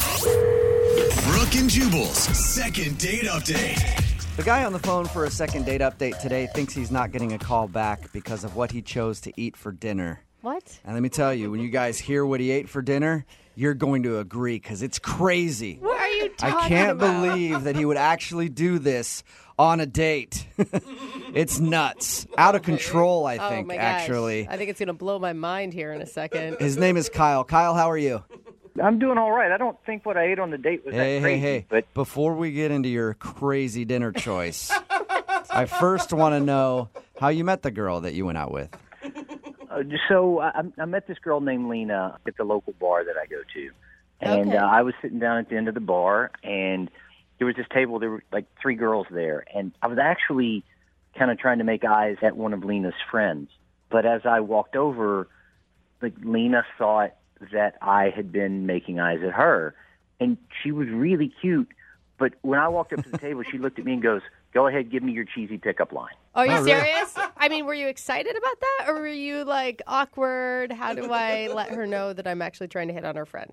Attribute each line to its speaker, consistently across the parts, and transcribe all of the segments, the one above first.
Speaker 1: 92.5. Brooke and Jubal's second date update.
Speaker 2: The guy on the phone for a second date update today thinks he's not getting a call back because of what he chose to eat for dinner.
Speaker 3: What?
Speaker 2: And let me tell you, when you guys hear what he ate for dinner, you're going to agree because it's crazy.
Speaker 3: What are you talking
Speaker 2: I can't
Speaker 3: about?
Speaker 2: believe that he would actually do this on a date. it's nuts. Out of control, I
Speaker 3: Oh
Speaker 2: think,
Speaker 3: my gosh.
Speaker 2: actually.
Speaker 3: I think it's gonna blow my mind here in a second.
Speaker 2: His name is Kyle. Kyle, how are you?
Speaker 4: I'm doing all right. I don't think what I ate on the date was
Speaker 2: Hey,
Speaker 4: that
Speaker 2: hey,
Speaker 4: crazy,
Speaker 2: hey.
Speaker 4: but
Speaker 2: Before we get into your crazy dinner choice, I first want to know how you met the girl that you went out with.
Speaker 4: uh, so I, I'm- I met this girl named Lena at the local bar that I go to, and
Speaker 3: Okay.
Speaker 4: uh, I was sitting down at the end of the bar, and there was this table. There were like three girls there, and I was actually kind of trying to make eyes at one of Lena's friends, but as I walked over, like Lena thought that I had been making eyes at her, and she was really cute. But when I walked up to the table, she looked at me and goes, "Go ahead, give me your cheesy pickup line."
Speaker 3: Are
Speaker 2: Not
Speaker 3: you
Speaker 2: really.
Speaker 3: serious? I mean, were you excited about that, or were you like awkward? How do I let her know that I'm actually trying to hit on her friend?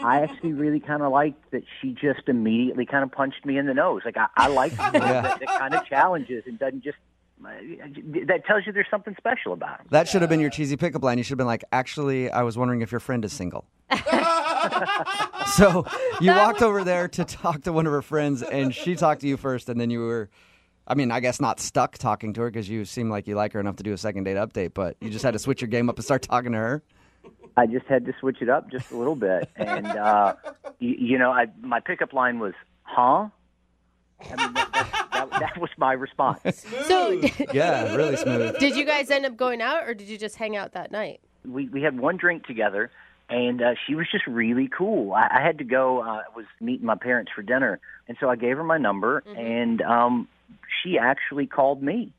Speaker 4: I actually really kind of liked that she just immediately kind of punched me in the nose. Like I, I like people that, that kind of challenges and doesn't just. That tells you there's something special about them.
Speaker 2: That should have been your cheesy pickup line. You should have been like, actually, I was wondering if your friend is single. so you walked over there to talk to one of her friends, and she talked to you first, and then you were, I mean, I guess not stuck talking to her because you seem like you like her enough to do a second date update, but you just had to switch your game up and start talking to her.
Speaker 4: I just had to switch it up just a little bit, and uh, you, you know, I, my pickup line was "Huh." I mean, that, that, that, that was my response.
Speaker 3: So,
Speaker 2: Yeah, really smooth.
Speaker 3: did you guys end up going out, or did you just hang out that night?
Speaker 4: We we had one drink together, and uh, she was just really cool. I, I had to go. uh, was meeting my parents for dinner, and so I gave her my number, and um, she actually called me.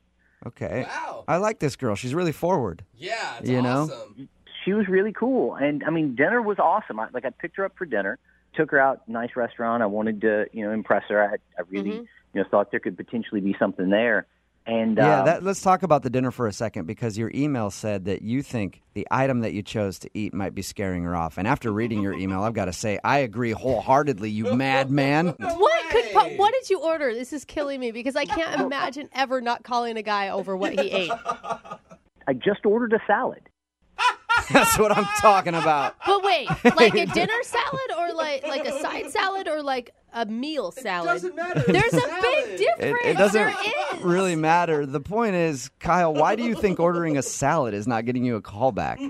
Speaker 2: Okay.
Speaker 5: Wow.
Speaker 2: I like this girl. She's really forward.
Speaker 5: Yeah, it's
Speaker 2: You know?
Speaker 5: awesome.
Speaker 4: she was really cool and i mean dinner was awesome I, like i picked her up for dinner took her out nice restaurant i wanted to you know impress her i, I really you know thought there could potentially be something there and
Speaker 2: Yeah,
Speaker 4: um,
Speaker 2: that, let's talk about the dinner for a second because your email said that you think the item that you chose to eat might be scaring her off. And after reading your email, I've got to say, I agree wholeheartedly, you madman.
Speaker 3: What could? po- What did you order? This is killing me because I can't imagine ever not calling a guy over what he ate.
Speaker 4: i just ordered a salad
Speaker 2: That's what I'm talking about.
Speaker 3: But wait, like a dinner salad, or like like a side salad, or like a meal salad.
Speaker 5: Doesn't matter.
Speaker 3: There's
Speaker 5: It's
Speaker 3: a big
Speaker 5: salad.
Speaker 2: It,
Speaker 3: difference.
Speaker 2: it
Speaker 3: There
Speaker 2: doesn't
Speaker 3: is.
Speaker 2: really matter. The point is, Kyle, why do you think ordering a salad is not getting you a call back?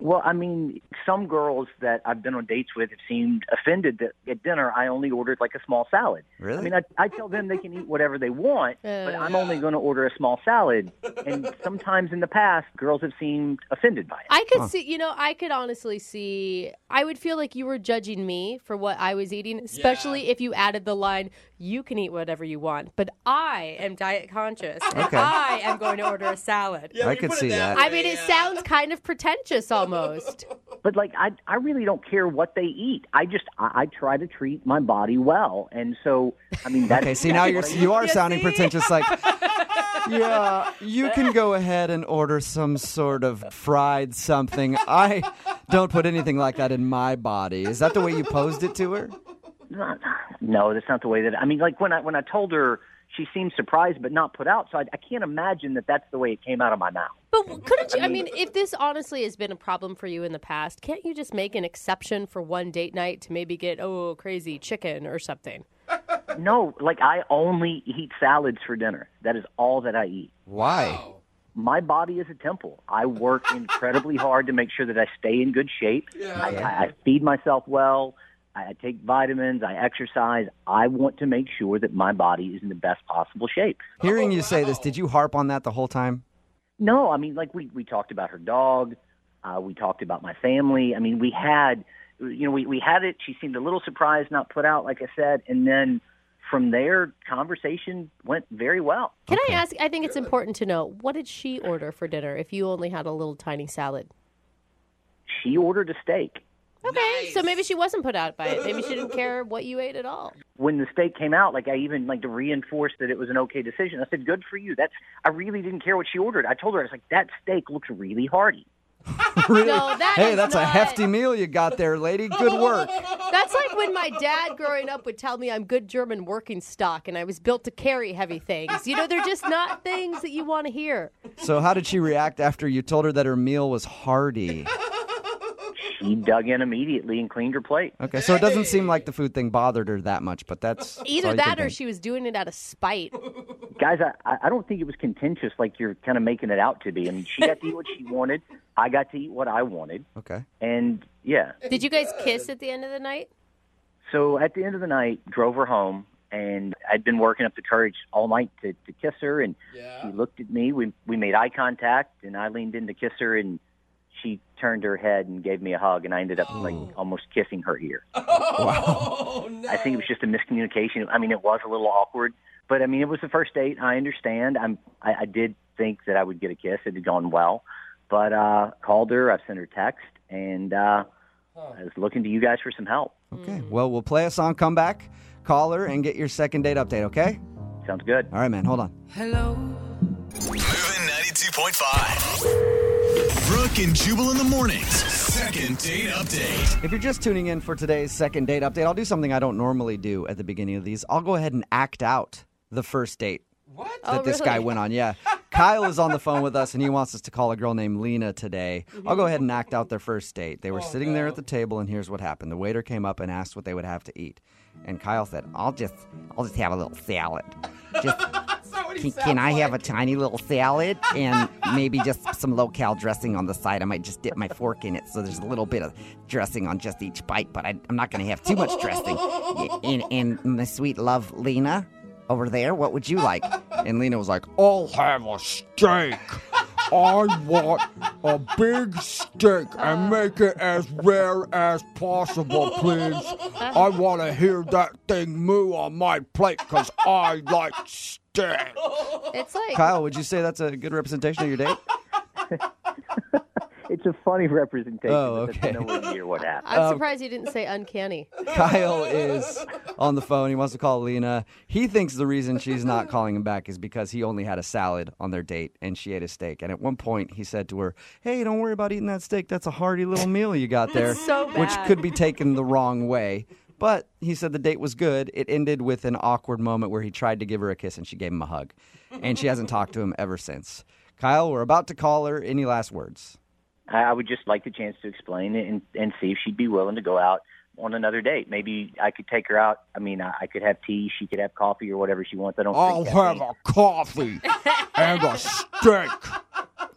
Speaker 4: well i mean some girls that i've been on dates with have seemed offended that at dinner i only ordered like a small salad
Speaker 2: Really?
Speaker 4: i mean i, I tell them they can eat whatever they want but
Speaker 3: Uh.
Speaker 4: i'm only going to order a small salad and sometimes in the past girls have seemed offended by it
Speaker 3: I could see, you know, I could honestly see. I would feel like you were judging me for what I was eating, especially if you added the line, "You can eat whatever you want," but I am diet conscious, and
Speaker 2: Okay.
Speaker 3: I am going to order a salad.
Speaker 5: Yeah,
Speaker 2: I
Speaker 5: when you
Speaker 2: could
Speaker 5: put it
Speaker 2: see that.
Speaker 3: I
Speaker 5: way,
Speaker 3: mean, it
Speaker 5: yeah.
Speaker 3: sounds kind of pretentious almost.
Speaker 4: but like I, I really don't care what they eat. I just I, I try to treat my body well, and so I mean that's
Speaker 2: Okay, see now you're you are sounding pretentious. Like, yeah, you can go ahead and order some sort of fried something. I don't put anything like that in my body. Is that the way you posed it to her?
Speaker 4: not, no, that's not the way that I mean like when I when I told her she seemed surprised but not put out, so I, I can't imagine that that's the way it came out of my mouth.
Speaker 3: But w- couldn't you? I mean, if this honestly has been a problem for you in the past, can't you just make an exception for one date night to maybe get oh crazy chicken or something?
Speaker 4: No, like I only eat salads for dinner. That is all that I eat.
Speaker 2: Why?
Speaker 4: My body is a temple. I work incredibly hard to make sure that I stay in good shape. I, I, I feed myself well. I I take vitamins. I exercise. I want to make sure that my body is in the best possible shape.
Speaker 2: Hearing you say this, did you harp on that the whole time?
Speaker 4: No, I mean, like we we talked about her dog. Uh, we talked about my family. I mean, we had, you know, we we had it. She seemed a little surprised, not put out, like I said, and then from there, conversation went very well.
Speaker 3: Can I ask? I think it's important to know what did she order for dinner if you only had a little tiny salad?
Speaker 4: She ordered a steak.
Speaker 3: Okay, so maybe she wasn't put out by it. Maybe she didn't care what you ate at all.
Speaker 4: when the steak came out, like I even like to reinforce that it was an okay decision. I said, "Good for you." That's I really didn't care what she ordered. I told her I was like, "That steak looks really hearty."
Speaker 2: really?
Speaker 3: No, that
Speaker 2: hey,
Speaker 3: is
Speaker 2: that's a
Speaker 3: not-
Speaker 2: hefty meal you got there, lady. Good work.
Speaker 3: That's like when my dad growing up would tell me I'm good German working stock and I was built to carry heavy things. You know, they're just not things that you want to hear.
Speaker 2: So, how did she react after you told her that her meal was hearty?
Speaker 4: She dug in immediately and cleaned her plate.
Speaker 2: Okay, so it doesn't seem like the food thing bothered her that much, but that's that's all
Speaker 3: Either
Speaker 2: you
Speaker 3: that
Speaker 2: can
Speaker 3: or
Speaker 2: think.
Speaker 3: she was doing it out of spite.
Speaker 4: Guys, I- I, I don't think it was contentious like you're kind of making it out to be. I mean, she got to eat what she wanted. I got to eat what I wanted.
Speaker 2: Okay.
Speaker 4: And yeah,
Speaker 3: Did you guys kiss at the end of the night?
Speaker 4: So at the end of the night, drove her home, and I'd been working up the courage all night to, to kiss her, and
Speaker 2: Uh-huh.
Speaker 4: she looked at me. We we made eye contact, and I leaned in to kiss her, and she turned her head and gave me a hug, and I ended up like
Speaker 2: Oh.
Speaker 4: almost kissing her ear.
Speaker 5: Oh, no.
Speaker 4: I think
Speaker 2: Uh-huh.
Speaker 4: it was just a miscommunication. I mean, it was a little awkward, but I mean, it was the first date. I understand. I'm I, I did think that I would get a kiss. It had gone well, but uh, called her. I sent her text, and uh, I was looking to you guys for some help.
Speaker 2: Okay. Well, we'll play a song, come back, call her, and get your second date update, okay?
Speaker 4: Sounds good.
Speaker 2: All right, man, hold on.
Speaker 1: Moving 92.5. Brooke and Jubal in the mornings. Second date update.
Speaker 2: If you're just tuning in for today's second date update, I'll do something I don't normally do at the beginning of these. I'll go ahead and act out the first date
Speaker 5: What?
Speaker 2: that this guy
Speaker 3: really?
Speaker 2: went on. Yeah. Kyle is on the phone with us and he wants us to call a girl named Lena today. I'll go ahead and act out their first date. They were sitting there at the table and here's what happened. The waiter came up and asked what they would have to eat. And Kyle said, "I'll just I'll just have a little salad. Just
Speaker 5: That's not what he
Speaker 2: can,
Speaker 5: sounds
Speaker 2: can I
Speaker 5: like.
Speaker 2: have a tiny little salad and maybe just some locale dressing on the side? I might just dip my fork in it so there's a little bit of dressing on just each bite, but I, I'm not going to have too much dressing. Y- And, and my sweet love, Lena, over there, what would you like? And Lena was like, I'll have a steak. I want a big steak and make it as rare as possible, please. I want to hear that thing moo on my plate because I like steak.
Speaker 3: It's like
Speaker 2: Kyle, would you say that's a good representation of your date?
Speaker 4: It's a funny representation.
Speaker 2: Oh,
Speaker 4: but
Speaker 2: okay.
Speaker 4: That's nowhere near what happened.
Speaker 2: um,
Speaker 3: I'm surprised you didn't say uncanny.
Speaker 2: Kyle is on the phone. He wants to call Lena. He thinks the reason she's not calling him back is because he only had a salad on their date and she ate a steak. And at one point, he said to her, Hey, don't worry about eating that steak. That's a hearty little meal you got there,
Speaker 3: So
Speaker 2: which
Speaker 3: bad.
Speaker 2: could be taken the wrong way. But he said the date was good. It ended with an awkward moment where he tried to give her a kiss and she gave him a hug. And she hasn't talked to him ever since. Kyle, we're about to call her. Any last words?
Speaker 4: I I would just like the chance to explain it and, and see if she'd be willing to go out on another date. Maybe I could take her out. I mean, I, I could have tea. She could have coffee or whatever she wants. I don't.
Speaker 6: I'll
Speaker 4: think caffeine-
Speaker 6: have a coffee and a steak.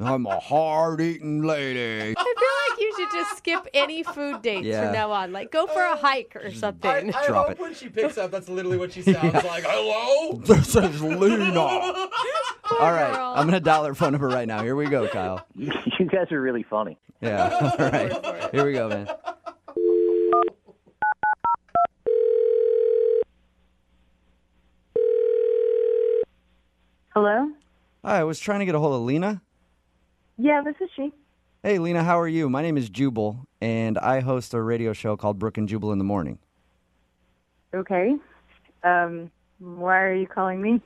Speaker 6: I'm a hard eating lady.
Speaker 3: I feel like you should just skip any food dates
Speaker 2: Yeah. Mm.
Speaker 3: from now on. Like go for a hike or something.
Speaker 5: I
Speaker 2: Drop
Speaker 5: hope
Speaker 2: it.
Speaker 5: when she picks up, that's literally what she sounds like. Hello?
Speaker 6: This is Lena.
Speaker 2: All right.
Speaker 3: girl.
Speaker 2: I'm going to dial her phone number right now. Here we go, Kyle.
Speaker 4: you guys are really funny.
Speaker 2: Yeah. All right. Here we go, man.
Speaker 7: Hello?
Speaker 2: Hi, I was trying to get a hold of Lena.
Speaker 7: Yeah, this is she.
Speaker 2: Hey, Lena, how are you? My name is Jubal, and I host a radio show called Brook and Jubal in the Morning.
Speaker 7: Okay. Um, why are you calling me?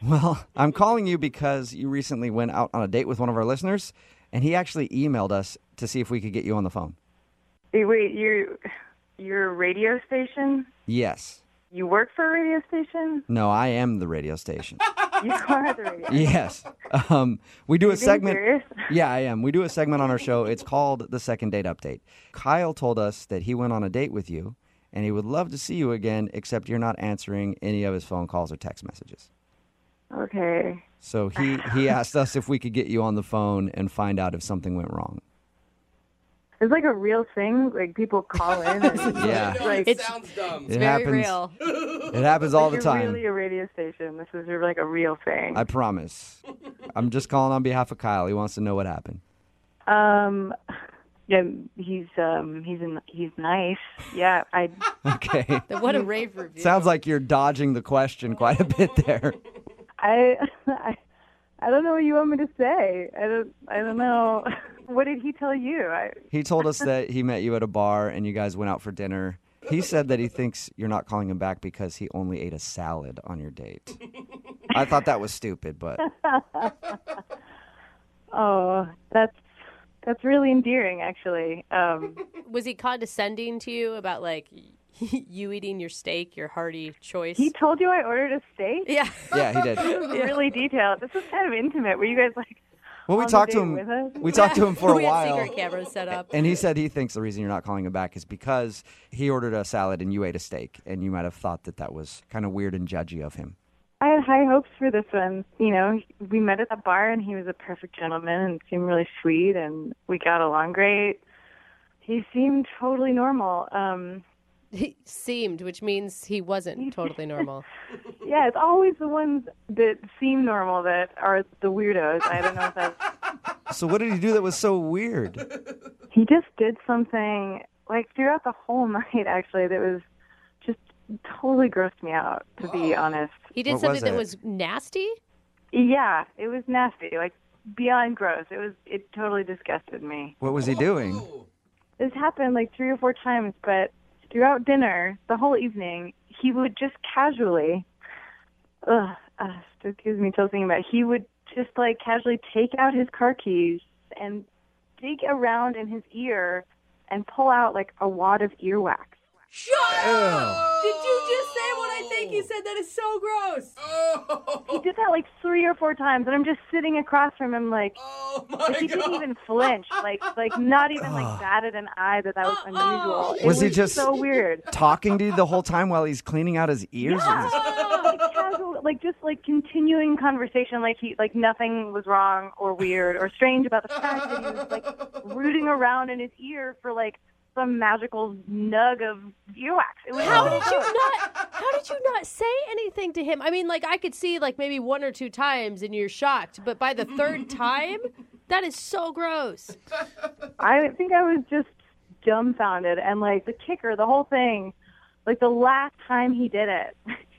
Speaker 2: Well, I'm calling you because you recently went out on a date with one of our listeners, and he actually emailed us to see if we could get you on the phone.
Speaker 7: Hey, Wait, you're you're a radio station?
Speaker 2: Yes.
Speaker 7: You work for a radio station?
Speaker 2: No, I am the radio station.
Speaker 7: You are the radio.
Speaker 2: yes. Um, we do a
Speaker 7: Being
Speaker 2: segment.
Speaker 7: serious?
Speaker 2: Yeah, I am. We do a segment on our show. It's called The Second Date Update. Kyle told us that he went on a date with you and he would love to see you again, except you're not answering any of his phone calls or text messages.
Speaker 7: Okay.
Speaker 2: So he, he asked us if we could get you on the phone and find out if something went wrong.
Speaker 7: It's like a real thing. Like people call in. And
Speaker 2: Yeah.
Speaker 7: It's like
Speaker 5: It sounds dumb.
Speaker 2: It
Speaker 3: Very
Speaker 2: happens.
Speaker 3: real.
Speaker 2: It happens all the
Speaker 7: you're
Speaker 2: time.
Speaker 7: really a radio station. This is like a real thing.
Speaker 2: I promise. I'm just calling on behalf of Kyle. He wants to know what happened.
Speaker 7: Um, yeah, he's um he's in, he's nice. Yeah, I
Speaker 2: Okay.
Speaker 3: What a rave review.
Speaker 2: Sounds like you're dodging the question quite a bit there.
Speaker 7: I, I I don't know what you want me to say. I don't I don't know. What did he tell you? I
Speaker 2: He told us that he met you at a bar and you guys went out for dinner. He said that he thinks you're not calling him back because he only ate a salad on your date. I thought that was stupid, but
Speaker 7: oh, that's That's really endearing, actually. Um,
Speaker 3: Was he condescending to you about like you eating your steak, your hearty choice?
Speaker 7: he told you I ordered a steak.
Speaker 3: yeah.
Speaker 2: Yeah, he did.
Speaker 7: This is really detailed. This is kind of intimate. Were you guys like?
Speaker 2: Well, we
Speaker 7: On the
Speaker 2: talked to
Speaker 7: date
Speaker 2: him.
Speaker 7: with us?
Speaker 2: We talked to him for a
Speaker 3: we
Speaker 2: while.
Speaker 3: Have secret cameras set up.
Speaker 2: And he said he thinks the reason you're not calling him back is because he ordered a salad and you ate a steak, and you might have thought that that was kind of weird and judgy of him.
Speaker 7: I had high hopes for this one. You know, we met at the bar and he was a perfect gentleman and seemed really sweet and we got along great. He seemed totally normal. Um,
Speaker 3: He seemed, which means he wasn't totally normal.
Speaker 7: yeah, it's always the ones that seem normal that are the weirdos. I don't know if that's.
Speaker 2: So what did he do that was so weird?
Speaker 7: He just did something, like, throughout the whole night, actually, that was just totally grossed me out, to be honest.
Speaker 3: He did
Speaker 2: What was
Speaker 3: something that
Speaker 2: it?
Speaker 3: was nasty.
Speaker 7: Yeah, it was nasty, like, beyond gross. It was, it totally disgusted me.
Speaker 2: What was he doing?
Speaker 3: Oh.
Speaker 7: this happened like three or four times, but throughout dinner, the whole evening, he would just casually, ugh, uh, still gives me chills thinking about. it. He would just like casually take out his car keys and dig around in his ear and pull out like a wad of earwax.
Speaker 5: Oh
Speaker 3: Did you just say what I think you said? That is so gross.
Speaker 7: He did that like three or four times, and I'm just sitting across from him like.
Speaker 5: Oh
Speaker 7: He
Speaker 5: my
Speaker 7: didn't
Speaker 5: god.
Speaker 7: even flinch, like like not even like batted an eye that that was unusual. It
Speaker 2: Was he just-
Speaker 7: so weird?
Speaker 2: Talking to you the whole time while he's cleaning out his ears?
Speaker 7: like Oh, casual, like just like continuing conversation, like he like nothing was wrong or weird or strange about the fact that he was like rooting around in his ear for like some magical nug of earwax. It was
Speaker 3: How did you not? How did you not say anything to him? I mean, like I could see like maybe one or two times, and you're shocked. But by the third time, that is so gross.
Speaker 7: I think I was just dumbfounded and like the kicker, the whole thing. Like the last time he did it,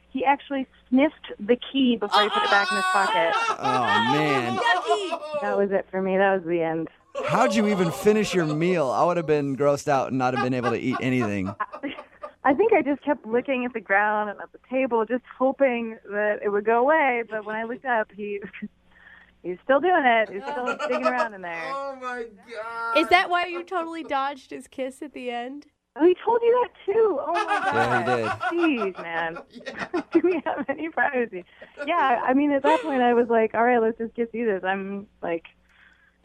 Speaker 7: he actually sniffed the key before he put it back in his pocket.
Speaker 2: Oh man,
Speaker 7: That was it for me. That was the end.
Speaker 2: how'd you even finish your meal? I would have been grossed out and not have been able to eat anything.
Speaker 7: I think I just kept looking at the ground and at the table, just hoping that it would go away. But when I looked up, he he's still doing it. He's still digging around in there.
Speaker 5: Oh my god.
Speaker 3: Is that why you totally dodged his kiss at the end?
Speaker 7: Oh, he told you that too. Oh my
Speaker 2: Yeah,
Speaker 7: god.
Speaker 2: he did.
Speaker 7: Jeez, man. Do we have any privacy? Yeah, I mean, at that point, I was like, all right, let's just get through this. I'm like.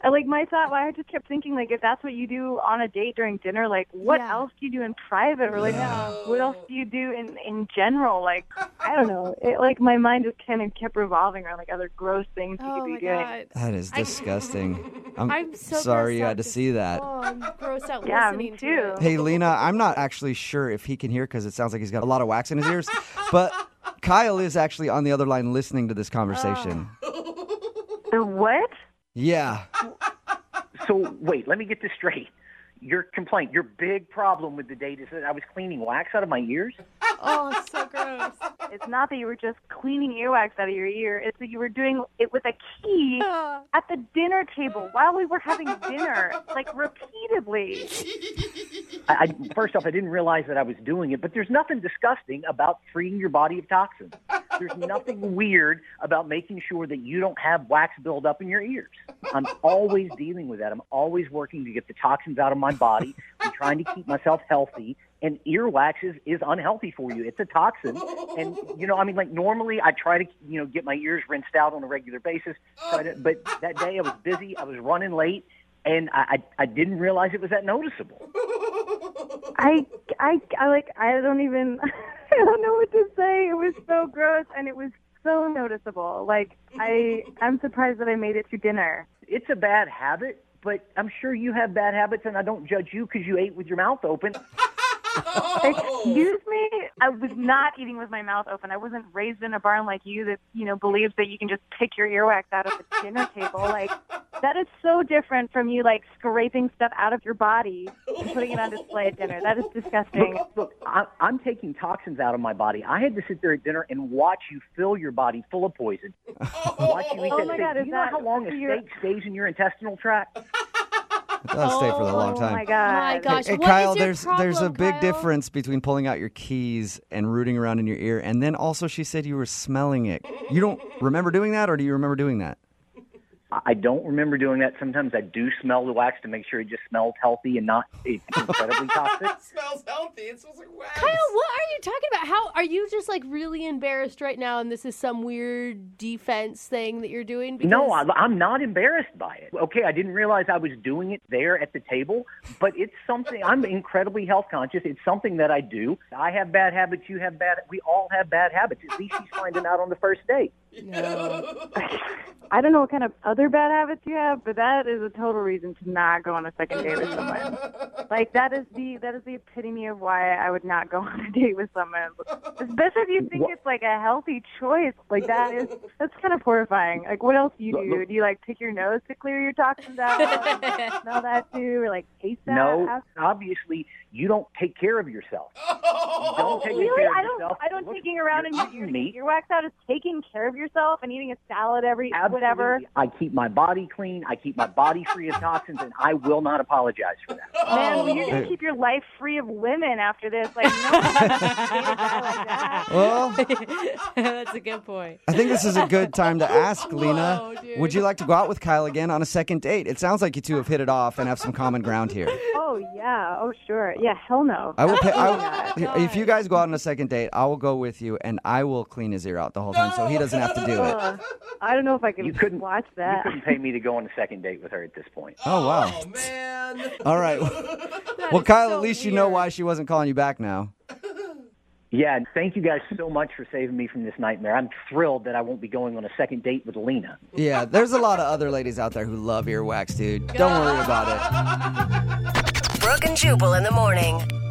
Speaker 7: I, like my thought, why I just kept thinking, like, if that's what you do on a date during dinner, like, what
Speaker 3: Yeah.
Speaker 7: else do you do in private, or like, what else do you do in in general? Like, I don't know. It like my mind just kind of kept revolving around like other gross things you
Speaker 3: Oh
Speaker 7: could
Speaker 3: my
Speaker 7: be doing.
Speaker 3: god.
Speaker 2: That is disgusting. I'm,
Speaker 3: I'm so
Speaker 2: sorry
Speaker 3: grossed
Speaker 2: you
Speaker 3: out
Speaker 2: had to
Speaker 3: just-
Speaker 2: see that.
Speaker 3: Oh, I'm grossed out
Speaker 7: Yeah, me
Speaker 3: listening
Speaker 7: too.
Speaker 3: to it.
Speaker 2: Hey, Lena, I'm not actually sure if he can hear because it sounds like he's got a lot of wax in his ears, but Kyle is actually on the other line listening to
Speaker 3: Oh.
Speaker 2: this conversation.
Speaker 7: The what?
Speaker 2: Yeah.
Speaker 4: So wait, let me get this straight. Your complaint, your big problem with the date is that I was cleaning wax out of my ears.
Speaker 3: Oh, it's so gross.
Speaker 7: It's not that you were just cleaning earwax out of your ear. It's that you were doing it with a key at the dinner table while we were having dinner, like repeatedly.
Speaker 4: I, I, first off, I didn't realize that I was doing it, but there's nothing disgusting about freeing your body of toxins. There's nothing weird about making sure that you don't have wax build up in your ears. I'm always dealing with that. I'm always working to get the toxins out of my body. I'm trying to keep myself healthy. And earwax is, is unhealthy for you. It's a toxin. And, you know, I mean, like normally I try to, you know, get my ears rinsed out on a regular basis. Try to, but that day I was busy. I was running late. And I, I, I didn't realize it was that noticeable.
Speaker 7: I, I, I like, I don't even, I don't know what to say. It was so gross and it was so noticeable. Like, I, I'm surprised that I made it to dinner.
Speaker 4: it's a bad habit, but I'm sure you have bad habits, and I don't judge you because you ate with your mouth open.
Speaker 7: Excuse me? I was not eating with my mouth open. I wasn't raised in a barn like you that, you know, believes that you can just pick your earwax out of the dinner table. Like, that is so different from you, like, scraping stuff out of your body and putting it on display at dinner. That is disgusting.
Speaker 4: Look, I, I'm taking toxins out of my body. I had to sit there at dinner and watch you fill your body full of poison. Watch you eat
Speaker 7: Oh
Speaker 4: that
Speaker 7: my
Speaker 4: steak.
Speaker 7: God,
Speaker 4: Do
Speaker 7: is
Speaker 4: you know
Speaker 7: that
Speaker 4: how long a
Speaker 7: for your-
Speaker 4: steak stays in your intestinal tract?
Speaker 2: That'll stay for a long
Speaker 7: oh,
Speaker 2: time.
Speaker 7: my God.
Speaker 3: My gosh.
Speaker 2: Hey,
Speaker 3: What is
Speaker 2: Kyle,
Speaker 3: your
Speaker 2: there's there's a
Speaker 3: problem,
Speaker 2: big
Speaker 3: Kyle?
Speaker 2: difference between pulling out your keys and rooting around in your ear, and then also she said you were smelling it. You don't remember doing that, or do you remember doing that?
Speaker 4: I- I don't remember doing that. Sometimes I do smell the wax to make sure it just smells healthy and not it's incredibly toxic.
Speaker 5: It smells healthy. It smells like wax.
Speaker 3: Kyle, what are you talking about? How are you just like really embarrassed right now and this is some weird defense thing that you're doing? Because
Speaker 4: No, I, I'm not embarrassed by it. Okay, I didn't realize I was doing it there at the table, but it's something I'm incredibly health conscious. It's something that I do. I have bad habits. You have bad. We all have bad habits. At least she's finding out on the first date.
Speaker 7: I don't know what kind of other bad habits you have, but that is a total reason to not go on a second date with someone. Like that is the that is the epitome of why I would not go on a date with someone, especially if you think it's like a healthy choice. Like that is that's kind of horrifying. Like what else do you do? Do you like pick your nose to clear your toxins out? Like, smell that too, or like taste that?
Speaker 4: No,
Speaker 7: Have-
Speaker 4: obviously you don't take care of yourself.
Speaker 5: Oh,
Speaker 4: You don't take
Speaker 7: Oh, Really,
Speaker 4: care of
Speaker 7: I don't.
Speaker 4: yourself.
Speaker 7: I don't
Speaker 4: Look,
Speaker 7: taking around
Speaker 4: you're
Speaker 7: and
Speaker 4: eating
Speaker 7: your,
Speaker 4: meat.
Speaker 7: your wax out is taking care of yourself and eating a salad every whatever.
Speaker 4: Absolutely. I keep my body clean. I keep my body free of toxins, and I will not apologize for that.
Speaker 7: Man, well, you're gonna keep your life free of women after this. Like, no, one's gonna date a guy like that.
Speaker 2: Well,
Speaker 3: that's a good point.
Speaker 2: I think this is a good time to ask, Lena.
Speaker 3: dude.
Speaker 2: Would you like to go out with Kyle again on a second date? It sounds like you two have hit it off and have some common ground here.
Speaker 7: oh yeah, oh sure, yeah, hell no.
Speaker 2: I will. Pay, I, will- if you guys go out on a second date, I will go with you, and I will clean his ear out the whole time, so he doesn't have to do it.
Speaker 7: Ugh. I don't know if I could
Speaker 4: You couldn't
Speaker 7: watch
Speaker 4: You
Speaker 7: that.
Speaker 4: couldn't pay me to go on a second date with her at this point.
Speaker 2: Oh wow!
Speaker 5: Oh man.
Speaker 2: All right. Well, Kyle, at least you know why she wasn't calling you back now.
Speaker 4: Yeah, and thank you guys so much for saving me from this nightmare. I'm thrilled that I won't be going on a second date with Lena.
Speaker 2: Yeah, there's a lot of other ladies out there who love earwax, dude. Don't worry about it.
Speaker 8: Brooke and Jubal in the morning.